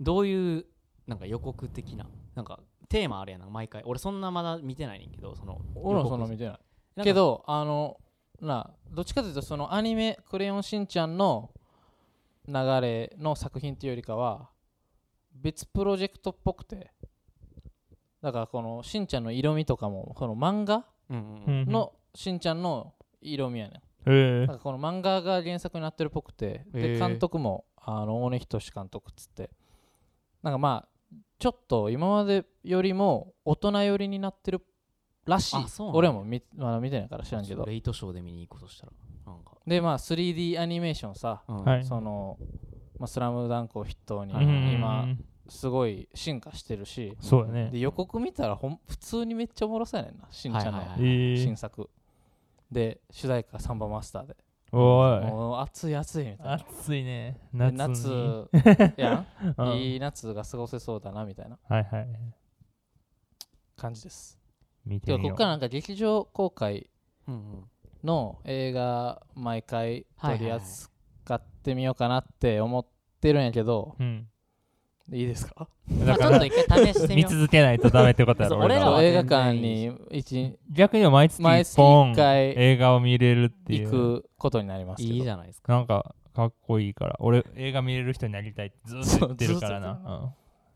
Speaker 1: どういうなんか予告的ななんかテーマあれやな毎回俺そんなまだ見てないねんけどその
Speaker 2: う俺も
Speaker 1: 予告
Speaker 2: そんな見てない
Speaker 1: なんか
Speaker 2: けどあのなどっちかというとそのアニメ「クレヨンしんちゃん」の流れの作品っていうよりかは別プロジェクトっぽくてだからこのしんちゃんの色味とかもこの漫画
Speaker 1: うんう
Speaker 3: う
Speaker 1: ん
Speaker 3: ん
Speaker 2: <laughs> のしんちゃんの色味やね
Speaker 3: え
Speaker 2: んなんかこの漫画が原作になってるっぽくて
Speaker 1: へ
Speaker 2: で
Speaker 1: え
Speaker 2: 監督もあの大根仁志監督っつってなんかまあちょっと今までよりも大人寄りになってるらしい
Speaker 1: あそうなんや
Speaker 2: 俺も見,、まだ見てないから知らんけど
Speaker 1: レイトショーで見に行こうとしたらなんか、
Speaker 2: でまあ 3D アニメーションさ
Speaker 1: うん
Speaker 3: はい
Speaker 2: その「まあ、スラムダンクを筆頭に
Speaker 1: うんうんうん
Speaker 2: 今すごい進化してるし、
Speaker 3: そうだね
Speaker 2: で予告見たらほん普通にめっちゃおもろそうやねんなしんちゃん
Speaker 1: はいはい
Speaker 2: の
Speaker 1: はい
Speaker 3: ええ
Speaker 2: 新作、で主題歌「サンバマスターで」
Speaker 3: おい
Speaker 2: もう暑い暑いみたいな
Speaker 3: 暑いね
Speaker 2: で
Speaker 3: 夏に
Speaker 2: 夏
Speaker 1: <laughs>
Speaker 2: や
Speaker 3: うんん
Speaker 2: いい夏が過ごせそうだなみたいな
Speaker 3: はいはい
Speaker 2: 感じです
Speaker 3: 見て
Speaker 2: で
Speaker 3: み
Speaker 2: こ
Speaker 3: よ
Speaker 2: っ
Speaker 3: う
Speaker 2: からなんか劇場公開
Speaker 1: うんうん
Speaker 2: の映画毎回
Speaker 1: は
Speaker 2: 取
Speaker 1: いはい
Speaker 2: り
Speaker 1: はい
Speaker 2: 扱ってみようかなって思ってるんやけど
Speaker 3: うん
Speaker 2: いいですか
Speaker 1: ま
Speaker 3: だ
Speaker 1: あ
Speaker 3: か
Speaker 1: ちょっ
Speaker 3: ら
Speaker 1: と一回試してみ
Speaker 3: 見
Speaker 1: よう
Speaker 3: 続けないとダメってことやろ
Speaker 1: そう俺らは
Speaker 2: 映
Speaker 1: 全
Speaker 2: 画館
Speaker 1: 然
Speaker 2: に一
Speaker 3: 逆に毎月
Speaker 2: 毎
Speaker 3: 一
Speaker 2: 月
Speaker 3: 本
Speaker 2: 一回
Speaker 3: 映画を見れるってい
Speaker 2: 行
Speaker 3: う
Speaker 2: くことになりますけど
Speaker 1: いいじゃないですか
Speaker 3: なんかかっこいいから俺映画見れる人になりたいってずっと言ってるからな
Speaker 2: そうずっと
Speaker 3: うん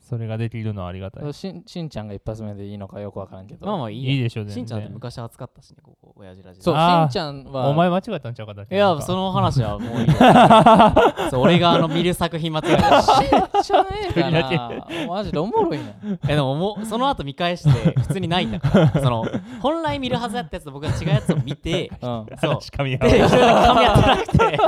Speaker 3: それができるのはありがたい
Speaker 2: しんしんちゃんが一発目でいいのかよくわからんけど、
Speaker 1: まあまあいいや
Speaker 3: いいでしょ全然
Speaker 1: しんちゃんって昔扱ったしねここ親父ラジオ
Speaker 2: そう
Speaker 3: あ
Speaker 2: し
Speaker 3: ー
Speaker 2: んちゃんは
Speaker 3: お前間違えたんちゃうかだっ
Speaker 1: い
Speaker 3: け
Speaker 1: や
Speaker 3: なんか
Speaker 1: その話はもういい
Speaker 2: <laughs>
Speaker 1: よそう俺があの見る作品間違えたし
Speaker 2: しんちゃん映画なマジでおもろいね
Speaker 1: えでももうその後見返して普通にないんだからその本来見るはずやったやつと僕が違うやつを見て
Speaker 2: うんあ
Speaker 1: そう
Speaker 3: 話噛み合
Speaker 1: で
Speaker 3: わ
Speaker 1: 一緒に噛み合ってなくて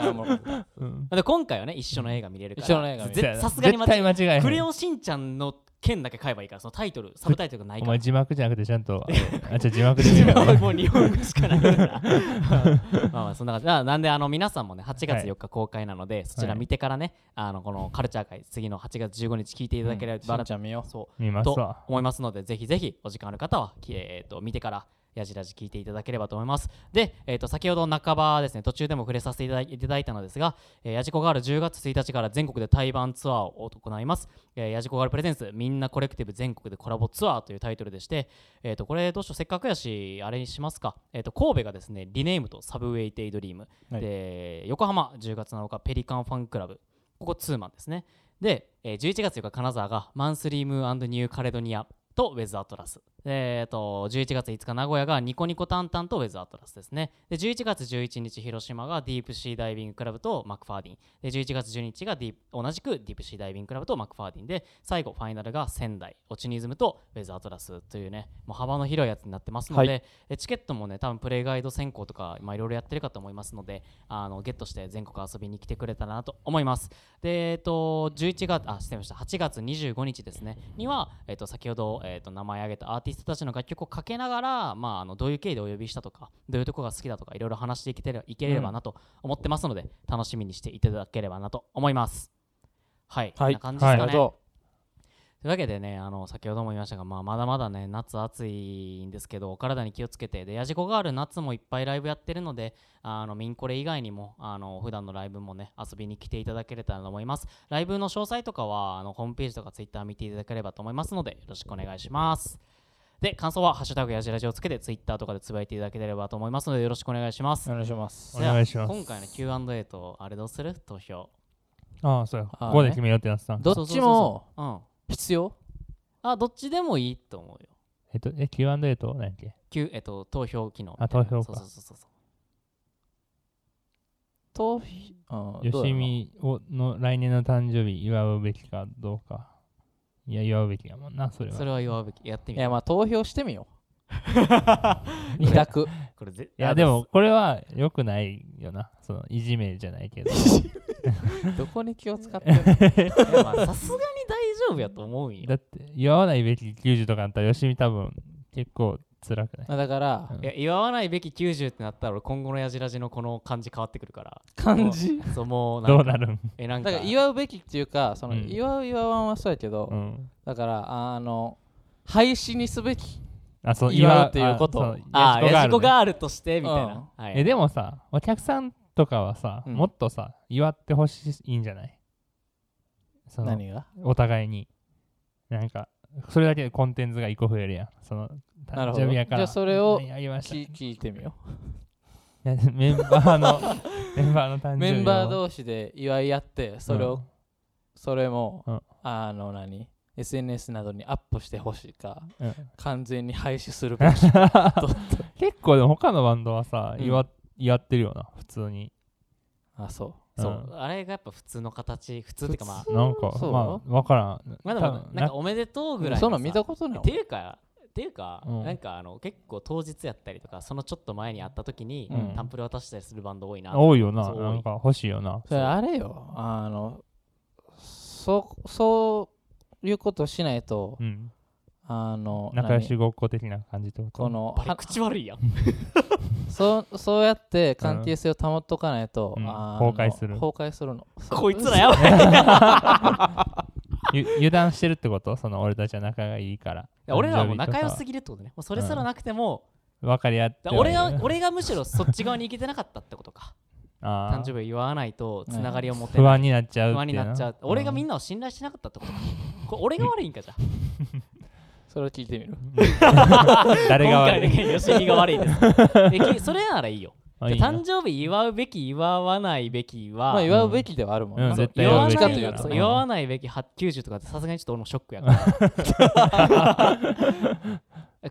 Speaker 2: ーおもろい
Speaker 3: うん
Speaker 1: で今回はね一緒の映画見れるから
Speaker 2: 一緒の映画見れる
Speaker 1: ぜさすがに間
Speaker 3: 絶
Speaker 1: 違
Speaker 3: 対
Speaker 1: え
Speaker 3: 間違えへん
Speaker 1: クレヨンしんちゃんの件だけ買えばいいからそのタイトルサブタイトルがない
Speaker 3: お
Speaker 1: から
Speaker 3: 前字幕じゃなくてちゃんとあじゃあ字幕で見
Speaker 1: <laughs> 自
Speaker 3: る
Speaker 1: 分はもう日本語しかないからまあまあそんな感じななんであの皆さんもね8
Speaker 3: は
Speaker 1: 月
Speaker 3: い
Speaker 1: 4日公開なので、そちら見てからねあのこのカルチャー会次の8月15日聞いていただけれ
Speaker 2: しん
Speaker 1: ば
Speaker 2: ちゃん見よ
Speaker 1: そ
Speaker 3: 見
Speaker 1: う
Speaker 3: ま
Speaker 1: と
Speaker 3: すわ
Speaker 1: 思いますのでぜひぜひお時間ある方は、きえー、と見てからやじらじ聞いていただければと思いますで、えー、と先ほど半ばですね途中でも触れさせていただいいただいたのですが、えー、やじこガール10月1日から全国で対バンツアーを行います、えー、やじこガールプレゼンツみんなコレクティブ全国でコラボツアーというタイトルでして、えー、とこれどうしようせっかくやしあれにしますか、えー、と神戸がですねリネームとサブウェイテイドリーム、
Speaker 2: はい
Speaker 1: で横浜10月7日ペリカンファンクラブここツーマンですねで、えー、11月4日金沢がマンスリームーニューカレドニアとウェズアトラスでえー、と11月5日名古屋がニコニコタンタンとウェズアトラスですねで11月11日広島がディープシーダイビングクラブとマクファーディンで11月12日がディープ同じくディープシーダイビングクラブとマクファーディンで最後ファイナルが仙台オチュニズムとウェズアトラスというねもう幅の広いやつになってますので,、
Speaker 2: は
Speaker 1: でチケットもね多分プレイガイド選考とかまあいろいろやってるかと思いますのであのゲットして全国遊びに来てくれたらなと思いますで、えっと、11月、あ、失礼しました、8月25日ですね、には、えっと、先ほど、えっと、名前挙げたアーティストたちの楽曲をかけながら、まあ、あのどういう経緯でお呼びしたとか、どういうとこが好きだとか、いろいろ話していけてればいければなと思ってますので、楽しみにしていただければなと思います。はい、
Speaker 2: はい
Speaker 1: こんな感じです
Speaker 3: は
Speaker 1: か
Speaker 3: い
Speaker 1: ね。
Speaker 2: ど
Speaker 1: というわけでね、あの先ほども言いましたが、まあ、まだまだね、夏暑いんですけど、お体に気をつけて、で、やじこがある夏もいっぱいライブやってるので、あのミンコレ以外にも、あの普段のライブもね、遊びに来ていただけれたらと思います。ライブの詳細とかは、あのホームページとかツイッター見ていただければと思いますので、よろしくお願いします。で、感想は、ハッシュタグやじラジをつけて、ツイッターとかでつぶやいていただければと思いますので、よろしくお願いします
Speaker 2: お。願いします
Speaker 3: お願いします
Speaker 1: では今回の Q&A と、あれどうする投票。
Speaker 3: ああそうや
Speaker 2: あー
Speaker 3: ここで決めようってなってたん
Speaker 2: どっちも
Speaker 1: うん。
Speaker 2: 必要
Speaker 1: あ、どっちでもいいと思うよ。
Speaker 3: えっとえ Q&A と何やっけ
Speaker 1: きゅえっと、投票機能みたい
Speaker 3: あ
Speaker 1: な。
Speaker 3: 投票
Speaker 1: そう
Speaker 3: か
Speaker 1: そうそうそう。
Speaker 2: とひあーどうやろう
Speaker 3: 吉
Speaker 2: な
Speaker 3: 見をの来年の誕生日祝うべきかどうかいや祝うべきやもんなそれは
Speaker 1: それは言わべきやってみ
Speaker 2: いや
Speaker 1: よ
Speaker 2: まあ投票してみよ
Speaker 3: <laughs>
Speaker 2: う二択
Speaker 1: うこれぜ
Speaker 3: いやでもこれは良くないよなそのいじめじゃないけど
Speaker 2: どこに気を使ってる
Speaker 1: いやまあさすがに大丈夫やと思うんよ
Speaker 3: だって祝わないべき90とかあったら吉見多分結構辛くない
Speaker 2: まあだから
Speaker 3: うん
Speaker 1: いや祝わないべき90ってなったら俺今後のやじらじのこの感じ変わってくるから
Speaker 2: 漢字
Speaker 1: そう
Speaker 3: <laughs>
Speaker 1: もうなん
Speaker 3: ど
Speaker 1: か
Speaker 3: うなるん
Speaker 1: えなんか
Speaker 2: だから祝うべきっていうかその
Speaker 3: うん
Speaker 2: 祝う祝わんはそうやけど
Speaker 3: うん
Speaker 2: だからあの廃止にすべき
Speaker 3: あそう
Speaker 2: 祝うっていうこと
Speaker 3: あそう
Speaker 1: あー
Speaker 3: や
Speaker 1: や
Speaker 3: じ
Speaker 1: じ
Speaker 3: こ
Speaker 1: こ
Speaker 3: がある
Speaker 1: ガール
Speaker 3: ね
Speaker 1: としてみたいな、はい、
Speaker 3: えでもさお客さんとかはさ、
Speaker 2: うん
Speaker 3: もっとさ祝ってほしいんじゃないその
Speaker 2: 何が
Speaker 3: お互いになんかそれだけでコンテンツが一個増えるやんその
Speaker 2: なる
Speaker 3: 誕
Speaker 2: ほど
Speaker 3: 生日やから
Speaker 2: じゃあそれを
Speaker 3: 何やりました
Speaker 2: 聞聞いてみよ
Speaker 3: いやメンバーのメンバーの誕生
Speaker 2: う
Speaker 3: 日
Speaker 2: メンバー
Speaker 3: を
Speaker 2: 同士で祝い合ってそれ
Speaker 3: う
Speaker 2: を
Speaker 3: ん
Speaker 2: それも、
Speaker 3: うん
Speaker 2: あの何 SNS などにアップしてほしいか
Speaker 3: うん
Speaker 2: 完全に廃止するべき
Speaker 3: <laughs> 結構でも他のバンドはさ、
Speaker 2: うん
Speaker 3: 祝っやってるよな普通に
Speaker 2: あそう
Speaker 1: そうう、あれがやっぱ普通の形、普通ってかまあ、
Speaker 3: なんか
Speaker 2: そう
Speaker 3: まあ分からん
Speaker 1: まあで
Speaker 3: 多
Speaker 1: も
Speaker 3: 分
Speaker 1: なんかおめでとうぐらいのさ。
Speaker 2: そんなん見たことない
Speaker 1: っていうか、っていうか、
Speaker 3: うん
Speaker 1: なんかあの結構当日やったりとか、そのちょっと前に会った時に、
Speaker 3: うん
Speaker 1: タンプル渡したりするバンド多いな。
Speaker 3: 多いよな
Speaker 1: そう多い
Speaker 3: なんか欲しいよな
Speaker 2: それあれよあのそそういうことしないと、
Speaker 3: うん
Speaker 2: あの
Speaker 3: 仲良し
Speaker 2: 何
Speaker 3: ごっこ的な感じってこと
Speaker 2: この
Speaker 1: あれ
Speaker 2: は
Speaker 1: 口悪いやん。
Speaker 2: そうそうやって関係性を保っとかないと、
Speaker 3: うん
Speaker 2: あ
Speaker 3: うん
Speaker 2: の
Speaker 3: 崩壊する
Speaker 2: 崩壊するのそう
Speaker 1: こいつらやばい。い
Speaker 3: ゆ油断してるってことその俺たちは仲がいいから
Speaker 1: や <laughs> 俺らも仲良す
Speaker 3: ぎ
Speaker 1: ぎるってことね。もうそれすらなくても、
Speaker 3: 分かり合って
Speaker 1: だ
Speaker 3: はいる
Speaker 1: 俺が俺がむしろそっち側に行けてなかったってことか。
Speaker 3: あー
Speaker 1: 誕生日を言わないとつながりを持て
Speaker 3: 不
Speaker 1: ない。
Speaker 3: 安になっちゃう
Speaker 1: 不安になっちゃう。俺がみん
Speaker 3: な
Speaker 1: なを信頼してなかったってことか。これ俺が悪いんか
Speaker 3: <laughs>
Speaker 1: じゃあ。
Speaker 2: それを聞いてみる
Speaker 3: 誰が悪
Speaker 1: 今回だ
Speaker 3: い
Speaker 1: けよしみが悪いです。えきそれならいいよ。
Speaker 3: あいいな
Speaker 1: 誕生日祝うべき祝わないべきは、
Speaker 2: まあ祝うべきではあるもんね、
Speaker 3: うん
Speaker 1: そう
Speaker 3: 絶対
Speaker 1: 言わ
Speaker 3: 祝う
Speaker 1: な
Speaker 3: べ
Speaker 1: い
Speaker 3: き
Speaker 2: どっちかというと
Speaker 1: そう
Speaker 3: ね
Speaker 1: 言わないべきは90とかってさすがにちょっと俺もショックやか ら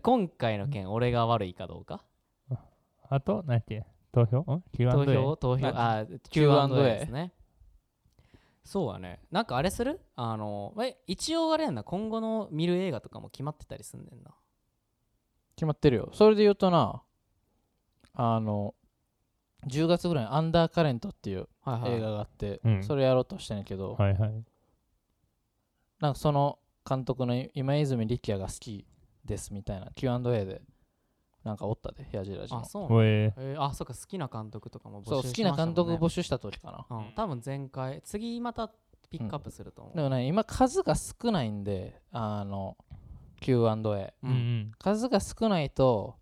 Speaker 2: <laughs>
Speaker 1: 今回の件俺が悪いかどうか
Speaker 3: あと何やっけ投票ん ?Q&A
Speaker 1: 投票投票
Speaker 2: なんか
Speaker 1: あ Q&A ですねそうだねなんかあれするあのえ一応あれやんな今後の見る映画とかも決まってたりすんねんな
Speaker 2: 決まってるよそれで言うとなあの10月ぐらいに「アンダーカレント」っていう
Speaker 1: はいはい
Speaker 2: 映画があって、
Speaker 3: うん
Speaker 2: それやろうとしてんやけど、
Speaker 3: はいはい
Speaker 2: なんかその監督の今泉力也が好きですみたいな Q&A でなんかおったでやじらじの
Speaker 1: あそうなんだ
Speaker 3: おえ
Speaker 1: えーあそうか好きな監督とかも
Speaker 2: そう
Speaker 1: 募
Speaker 2: 好
Speaker 1: 集
Speaker 2: き
Speaker 1: し
Speaker 2: な
Speaker 1: ましたもんね
Speaker 2: 監督募集した時かな
Speaker 1: うん多分前回次またピックアップすると思う
Speaker 2: でもね今数が少ないんであの Q&A
Speaker 3: うんうん
Speaker 2: 数が少ないと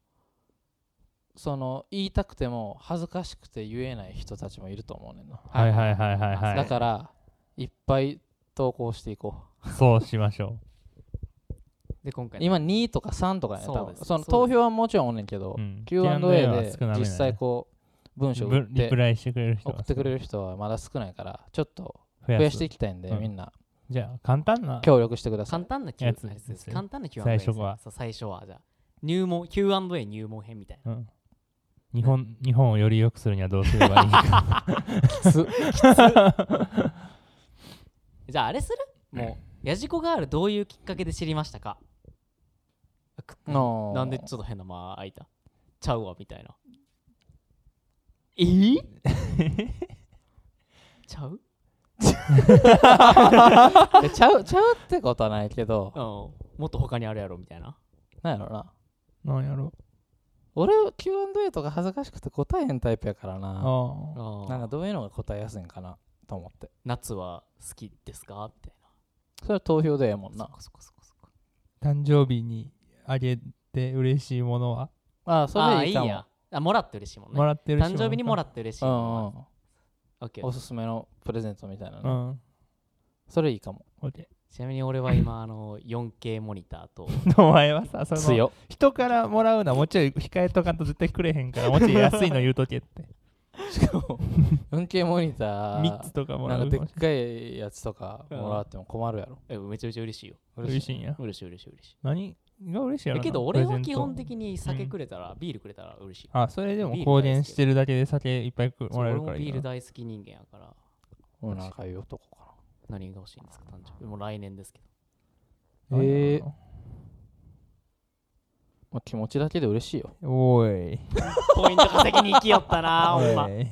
Speaker 2: その言いたくても恥ずかしくて言えない人たちもいると思うねんな、
Speaker 3: はいはいはいはいはい
Speaker 2: だからいっぱい投稿していこ
Speaker 3: そうしましょ
Speaker 1: で今回
Speaker 2: う今2とか3とかね
Speaker 1: そう
Speaker 2: 多分
Speaker 1: です
Speaker 2: その
Speaker 1: そ
Speaker 2: 投
Speaker 1: うです
Speaker 2: 票はもちろんおんねんけど、
Speaker 3: う。うん、
Speaker 2: Q&A
Speaker 3: は
Speaker 2: で
Speaker 3: 少なめだね
Speaker 2: 実際こう文章を打っ
Speaker 3: ぶリプ
Speaker 2: て
Speaker 3: ライしてくれる人
Speaker 2: 送ってくれる人はまだ少ないからちょっと
Speaker 3: 増
Speaker 2: 増
Speaker 3: や
Speaker 2: や
Speaker 3: す
Speaker 2: していきたいんで
Speaker 3: うん
Speaker 2: みんな
Speaker 3: じゃあ簡単な
Speaker 2: 協力してくださ
Speaker 1: 簡
Speaker 2: い
Speaker 1: 単な Q&A
Speaker 3: やつ
Speaker 1: です
Speaker 3: ですよ
Speaker 1: 簡単な Q&A
Speaker 3: 最
Speaker 1: です
Speaker 3: 初は
Speaker 1: そう最初はじゃあ入門 Q&A 入門編みたいな
Speaker 3: うん日本日本をより良くするにはどうすればい
Speaker 2: <laughs>
Speaker 3: いか
Speaker 1: じゃああれするもうやじこガールどういうきっかけで知りましたかく
Speaker 2: の
Speaker 1: なんでちょっと変な間空いたちゃうわみたいなえー <laughs> ちゃう
Speaker 2: えちゃうちゃうってことはないけど
Speaker 1: うんもっと他にあるやろみたいな
Speaker 2: なんやろな
Speaker 3: なんやろ
Speaker 2: 俺 Q&A とか恥ずかしくて答えへんタイプやからな
Speaker 3: ああ
Speaker 1: あ
Speaker 2: なんか
Speaker 1: ー
Speaker 2: どういうのが答えやすいんかなと思って
Speaker 1: 夏は好きですかみたい
Speaker 2: それは投票でええもん
Speaker 1: な
Speaker 2: な
Speaker 1: そっかそっかそっかそっか
Speaker 3: 誕生日にあげて嬉しいものは
Speaker 2: ああそ
Speaker 1: あ
Speaker 2: れ
Speaker 1: ー
Speaker 2: い
Speaker 1: い
Speaker 2: い
Speaker 1: い
Speaker 2: かも
Speaker 1: やあもらって嬉しいもんね
Speaker 3: もらってる
Speaker 1: 誕生日にもら
Speaker 3: っ
Speaker 1: って嬉しい
Speaker 2: うん
Speaker 1: も
Speaker 2: う
Speaker 1: ん
Speaker 2: ん
Speaker 1: オッケー
Speaker 2: おすすめのプレゼントみたいな
Speaker 3: う
Speaker 2: の
Speaker 3: ん
Speaker 2: それいいかも
Speaker 3: OK
Speaker 1: ちなみに俺は今あの 4K モニターと
Speaker 3: お前はさその
Speaker 2: 強
Speaker 3: 人からもらうのはもうちろん控えとかんと絶対くれへんからもうちょい安いの言う
Speaker 1: <laughs>
Speaker 3: とけって
Speaker 2: しかも 4K モニター
Speaker 3: 3つとかも
Speaker 2: な
Speaker 3: ら
Speaker 2: ん
Speaker 3: う
Speaker 2: かでっかいやつとかもらっても困るやろ。
Speaker 1: えめちゃめちゃ嬉しいよ
Speaker 3: 嬉しいんや
Speaker 1: 嬉しい嬉しい嬉しい
Speaker 3: 何が嬉しいや
Speaker 1: え
Speaker 3: ろな
Speaker 1: けど俺
Speaker 3: プレ
Speaker 1: は
Speaker 3: ゼント
Speaker 1: 基本的に酒くれたら、ビールくれたら嬉しい
Speaker 3: あそれでも
Speaker 1: ビール
Speaker 3: 公言してるだけで酒いっぱいく
Speaker 1: そう
Speaker 3: もらえ
Speaker 1: 俺
Speaker 3: るか
Speaker 1: も
Speaker 3: らい
Speaker 1: ビ
Speaker 3: い
Speaker 1: ール
Speaker 3: な
Speaker 1: 大好き人間やから
Speaker 2: 俺なんかいい男か
Speaker 1: 何が欲しいんですか誕生日もう来年ですけど
Speaker 2: な。ええ
Speaker 3: ー
Speaker 2: まあ、気持ちだけで嬉しいよ。
Speaker 3: おい
Speaker 1: ポイント稼ぎに行きよった
Speaker 3: <laughs>
Speaker 1: なほんま
Speaker 3: おい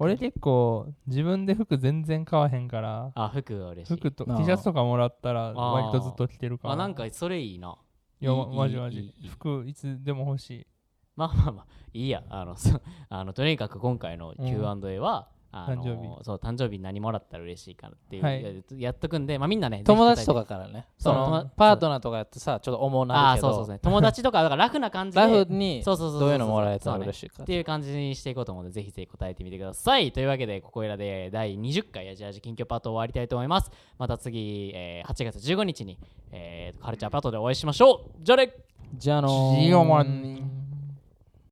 Speaker 3: 俺結構自分で服全然買わへんから
Speaker 1: あ服は嬉しい
Speaker 3: 服と
Speaker 2: なあ
Speaker 3: T シャツとかもらったら
Speaker 1: あ
Speaker 3: 割とずっと着てるから
Speaker 1: あなんかそれいいない
Speaker 3: や
Speaker 1: いい
Speaker 3: まマジマ
Speaker 1: いい
Speaker 3: ジ
Speaker 1: いい
Speaker 3: 服いつでも欲しい
Speaker 1: まあまあまあいいやあのそ <laughs> あのとにかく今回の Q&A は、あの
Speaker 3: 誕生
Speaker 1: そう誕生日に何もらったら嬉しいかなっていう、
Speaker 3: はい
Speaker 1: ややっとくんで、まあ、みんなね
Speaker 2: 友達
Speaker 1: ぜひ答え
Speaker 2: と
Speaker 1: て
Speaker 2: かからね。そ
Speaker 1: そ
Speaker 2: うのパートナーとかやってさ、ちょっと重
Speaker 1: あ
Speaker 2: な
Speaker 1: あ
Speaker 2: るけ
Speaker 1: ーそうそうそう
Speaker 2: ど、
Speaker 1: ね友達とかだから楽な感じで
Speaker 2: ラフに
Speaker 1: そうそうそうそ
Speaker 2: どういうのもらえたら
Speaker 1: そうね
Speaker 2: 嬉しいか
Speaker 1: っ
Speaker 2: ら
Speaker 1: て。いう感じにしていこうと思うのでぜひぜひ答えてみてくださいというわけでここいらで第20回ヤジヤジ近況パートを終わりたいと思いますまた次、えー8月15日に、えーカルチャーパートでお会いしましょうじゃあね
Speaker 2: じゃあのー
Speaker 3: ジオマン